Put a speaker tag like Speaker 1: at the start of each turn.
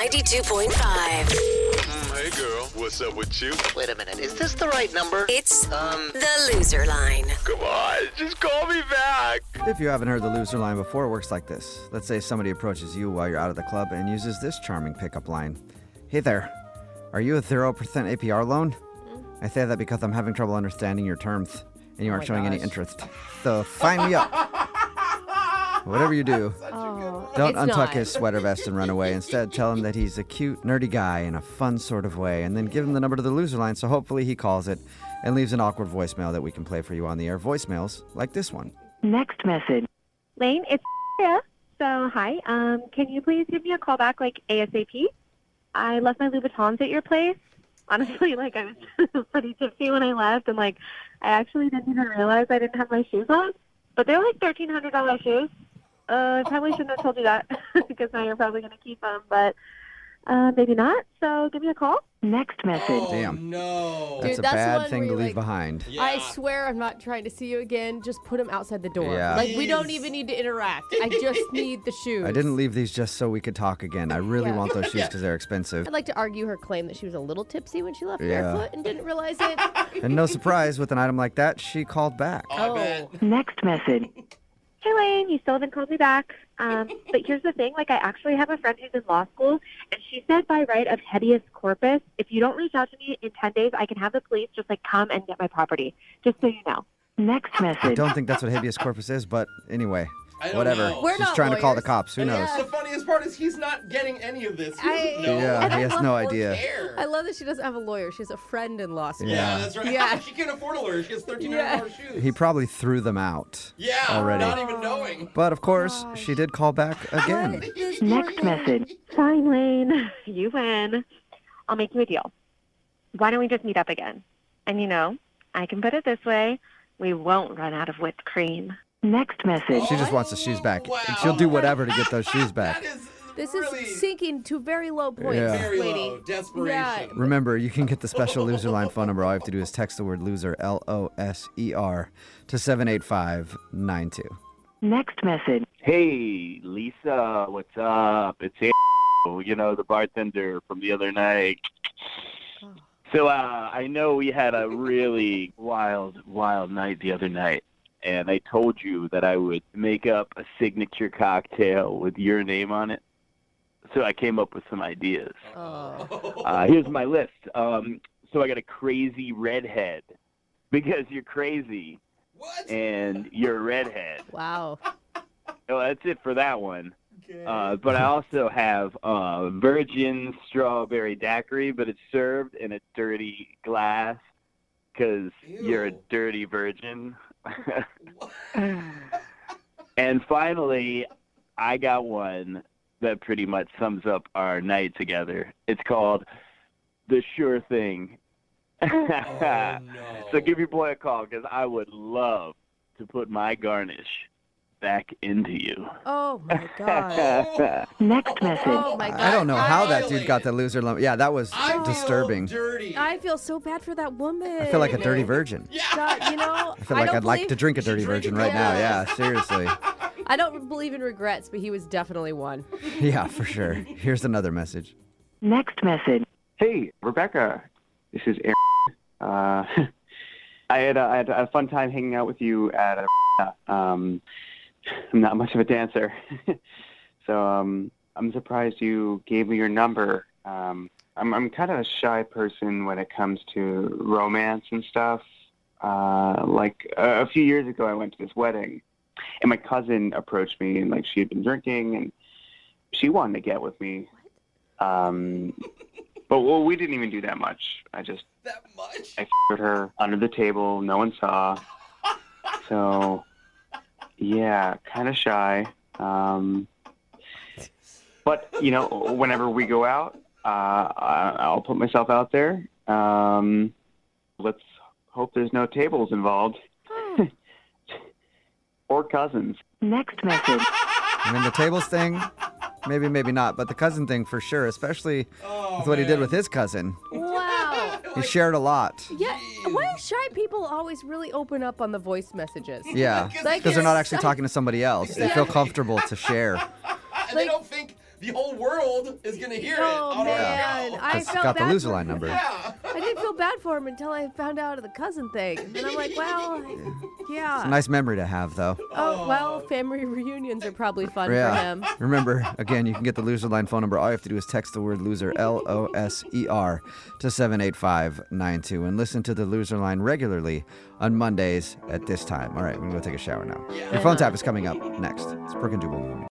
Speaker 1: 92.5.
Speaker 2: Mm, hey girl, what's up with you?
Speaker 3: Wait a minute, is this the right number?
Speaker 1: It's
Speaker 3: Um,
Speaker 1: the loser line.
Speaker 2: Come on, just call me back.
Speaker 4: If you haven't heard the loser line before, it works like this. Let's say somebody approaches you while you're out of the club and uses this charming pickup line Hey there, are you a 0% APR loan? I say that because I'm having trouble understanding your terms and you aren't showing any interest. So sign me up. Whatever you do,
Speaker 5: Oh,
Speaker 4: don't
Speaker 5: it's
Speaker 4: untuck
Speaker 5: not.
Speaker 4: his sweater vest and run away. Instead, tell him that he's a cute, nerdy guy in a fun sort of way, and then give him the number to the loser line so hopefully he calls it and leaves an awkward voicemail that we can play for you on the air. Voicemails like this one.
Speaker 6: Next message.
Speaker 7: Lane, it's Sarah. So hi. Um, can you please give me a call back like ASAP? I left my Louboutins at your place. Honestly, like I was pretty tipsy when I left, and like I actually didn't even realize I didn't have my shoes on. But they're like thirteen hundred dollar shoes. Uh, I probably shouldn't have told you that because now you're probably gonna keep them, but uh, maybe not. So give me a call.
Speaker 6: Next message.
Speaker 4: Damn.
Speaker 8: No.
Speaker 4: That's
Speaker 5: Dude,
Speaker 4: a
Speaker 5: that's
Speaker 4: bad
Speaker 5: one
Speaker 4: thing
Speaker 5: where
Speaker 4: to
Speaker 5: you,
Speaker 4: leave
Speaker 5: like-
Speaker 4: behind.
Speaker 5: I swear I'm not trying to see you again. Just put them outside the door.
Speaker 4: Yeah.
Speaker 5: Like we don't
Speaker 8: Jeez.
Speaker 5: even need to interact. I just need the shoes.
Speaker 4: I didn't leave these just so we could talk again. I really
Speaker 5: Yeah.
Speaker 4: want those shoes because they're expensive.
Speaker 5: I'd like to argue her claim that she was a little tipsy when she left
Speaker 4: Yeah.
Speaker 5: barefoot and didn't realize it.
Speaker 4: And no surprise, with an item like that, she called back.
Speaker 5: Oh.
Speaker 8: I bet.
Speaker 6: Next message.
Speaker 7: Hey Lane, you still haven't called me back. Um, but here's the thing: like, I actually have a friend who's in law school, and she said by right of habeas corpus, if you don't reach out to me in ten days, I can have the police just like come and get my property. Just so you know.
Speaker 6: Next
Speaker 4: I
Speaker 6: message.
Speaker 4: don't think that's what habeas corpus is, but anyway,
Speaker 8: I don't
Speaker 4: whatever.
Speaker 8: know.
Speaker 5: We're
Speaker 4: She's
Speaker 5: not
Speaker 4: trying to call the
Speaker 5: lawyers.
Speaker 4: cops. Who knows?
Speaker 5: Yeah.
Speaker 8: The funniest part is he's not getting any of this. He
Speaker 5: I-
Speaker 8: doesn't know.
Speaker 4: Yeah,
Speaker 5: And
Speaker 4: he
Speaker 5: I
Speaker 4: has
Speaker 5: love
Speaker 4: no
Speaker 5: orange
Speaker 4: idea.
Speaker 8: Care.
Speaker 5: I love that she doesn't have a lawyer. She has a friend in law school.
Speaker 8: yeah,
Speaker 4: Yeah.
Speaker 8: that's right.
Speaker 5: Yeah.
Speaker 8: she can't afford a lawyer. She has thirteen
Speaker 5: Yeah.
Speaker 8: hundred dollars shoes.
Speaker 4: He probably threw them out.
Speaker 8: yeah,
Speaker 4: already-
Speaker 8: not even knowing.
Speaker 4: But of course, she did call back again.
Speaker 6: Next message.
Speaker 7: Fine, Lane, you win. I'll make you a deal. Why don't we just meet up again? And you know, I can put it this way: we won't run out of whipped cream.
Speaker 6: Next message.
Speaker 4: She just wants the shoes back.
Speaker 5: Oh,
Speaker 4: And she'll do whatever to get those shoes back.
Speaker 8: That is
Speaker 5: This
Speaker 8: really
Speaker 5: is sinking to very low points,
Speaker 4: Yeah.
Speaker 8: very
Speaker 5: lady.
Speaker 8: low. Desperation.
Speaker 4: Remember, you can get the special loser line phone number. All you have to do is text the word loser, L O S E R, to 78592.
Speaker 6: Next message.
Speaker 9: Hey, Lisa, what's up? It's Andrew, you know, the bartender from the other night. So uh, I know we had a really wild, wild night the other night, and I told you that I would make up a signature cocktail with your name on it. So I came up with some ideas.
Speaker 5: Oh.
Speaker 9: Uh, here's my list. Um, so I got a crazy redhead because you're crazy
Speaker 8: What?
Speaker 4: Uh,
Speaker 9: and you're a redhead.
Speaker 5: Wow.
Speaker 9: So that's it for that one.
Speaker 8: Okay.
Speaker 9: Uh, but I also have uh, virgin strawberry daiquiri, but it's served in a dirty glass because you're a
Speaker 8: Ew.
Speaker 9: dirty virgin. and finally, I got one that pretty much sums up our night together. It's called The Sure Thing.
Speaker 8: oh, no.
Speaker 9: So give your boy a call because I would love to put my garnish back into you.
Speaker 5: Oh my god.
Speaker 8: Oh.
Speaker 6: Next message.
Speaker 5: Oh my god.
Speaker 4: I don't know how that dude
Speaker 8: violated.
Speaker 4: got the loser line. Yeah, that was
Speaker 8: I feel
Speaker 4: disturbing.
Speaker 8: Dirty.
Speaker 5: I feel so bad for that woman.
Speaker 4: I feel like a dirty virgin.
Speaker 8: yeah.
Speaker 5: God, you know,
Speaker 4: I feel like
Speaker 5: don't
Speaker 4: I'd like to
Speaker 5: believe-
Speaker 4: drink a dirty
Speaker 8: drink
Speaker 4: virgin
Speaker 8: a
Speaker 4: right now.
Speaker 8: Coke.
Speaker 4: Yeah, seriously.
Speaker 5: I don't believe in regrets, but he was definitely one.
Speaker 4: Yeah, for sure. Here's another message.
Speaker 6: Next message.
Speaker 9: Hey, Rebecca, this is Aaron. Uh, I, had a, I had a fun time hanging out with you at a. Um, I'm not much of a dancer, so um, I'm surprised you gave me your number. Um, I'm, I'm kind of a shy person when it comes to romance and stuff. Uh, like a a few years ago, I went to this wedding, and my cousin approached me, and like she had been drinking, and she wanted to get with me. Um, but well, we didn't even do that much. I just
Speaker 8: That much?
Speaker 9: I f***ed her under the table. No one saw. So, yeah, kind of shy. Um, but you know, whenever we go out, uh, I- I'll put myself out there. Um, let's hope there's no tables involved, or cousins.
Speaker 6: Next message.
Speaker 4: I mean, the tables thing, maybe, maybe not, but the cousin thing for sure, especially
Speaker 8: Oh,
Speaker 4: with what he did
Speaker 8: man.
Speaker 4: with his cousin.
Speaker 5: Wow.
Speaker 4: He shared a lot.
Speaker 5: Yeah. Why do shy people always really open up on the voice messages?
Speaker 4: Yeah,
Speaker 8: Because
Speaker 5: Like
Speaker 4: because they're not
Speaker 5: you're
Speaker 4: actually talking to somebody else. They feel
Speaker 5: Exactly.
Speaker 4: comfortable to share.
Speaker 8: And they
Speaker 5: Like-
Speaker 8: don't think The whole world is gonna hear it
Speaker 5: Oh
Speaker 8: on
Speaker 5: man,
Speaker 8: our show.
Speaker 5: I
Speaker 4: It's
Speaker 5: felt
Speaker 4: got the
Speaker 5: bad
Speaker 4: loser
Speaker 5: for-
Speaker 4: line number.
Speaker 8: yeah.
Speaker 5: I didn't feel bad for him until I found out of the cousin thing, and then I'm like, well, yeah.
Speaker 4: Nice memory to have, though.
Speaker 5: Oh well, family reunions are probably fun for
Speaker 4: Yeah.
Speaker 5: him.
Speaker 4: Remember, again, you can get the loser line phone number. All you have to do is text the word loser, L O S E R, to 78592 and listen to the loser line regularly on Mondays at this time. All right, we're going to go take a shower now. Your phone tap is coming up next. It's Brooke and Jubal in the morning.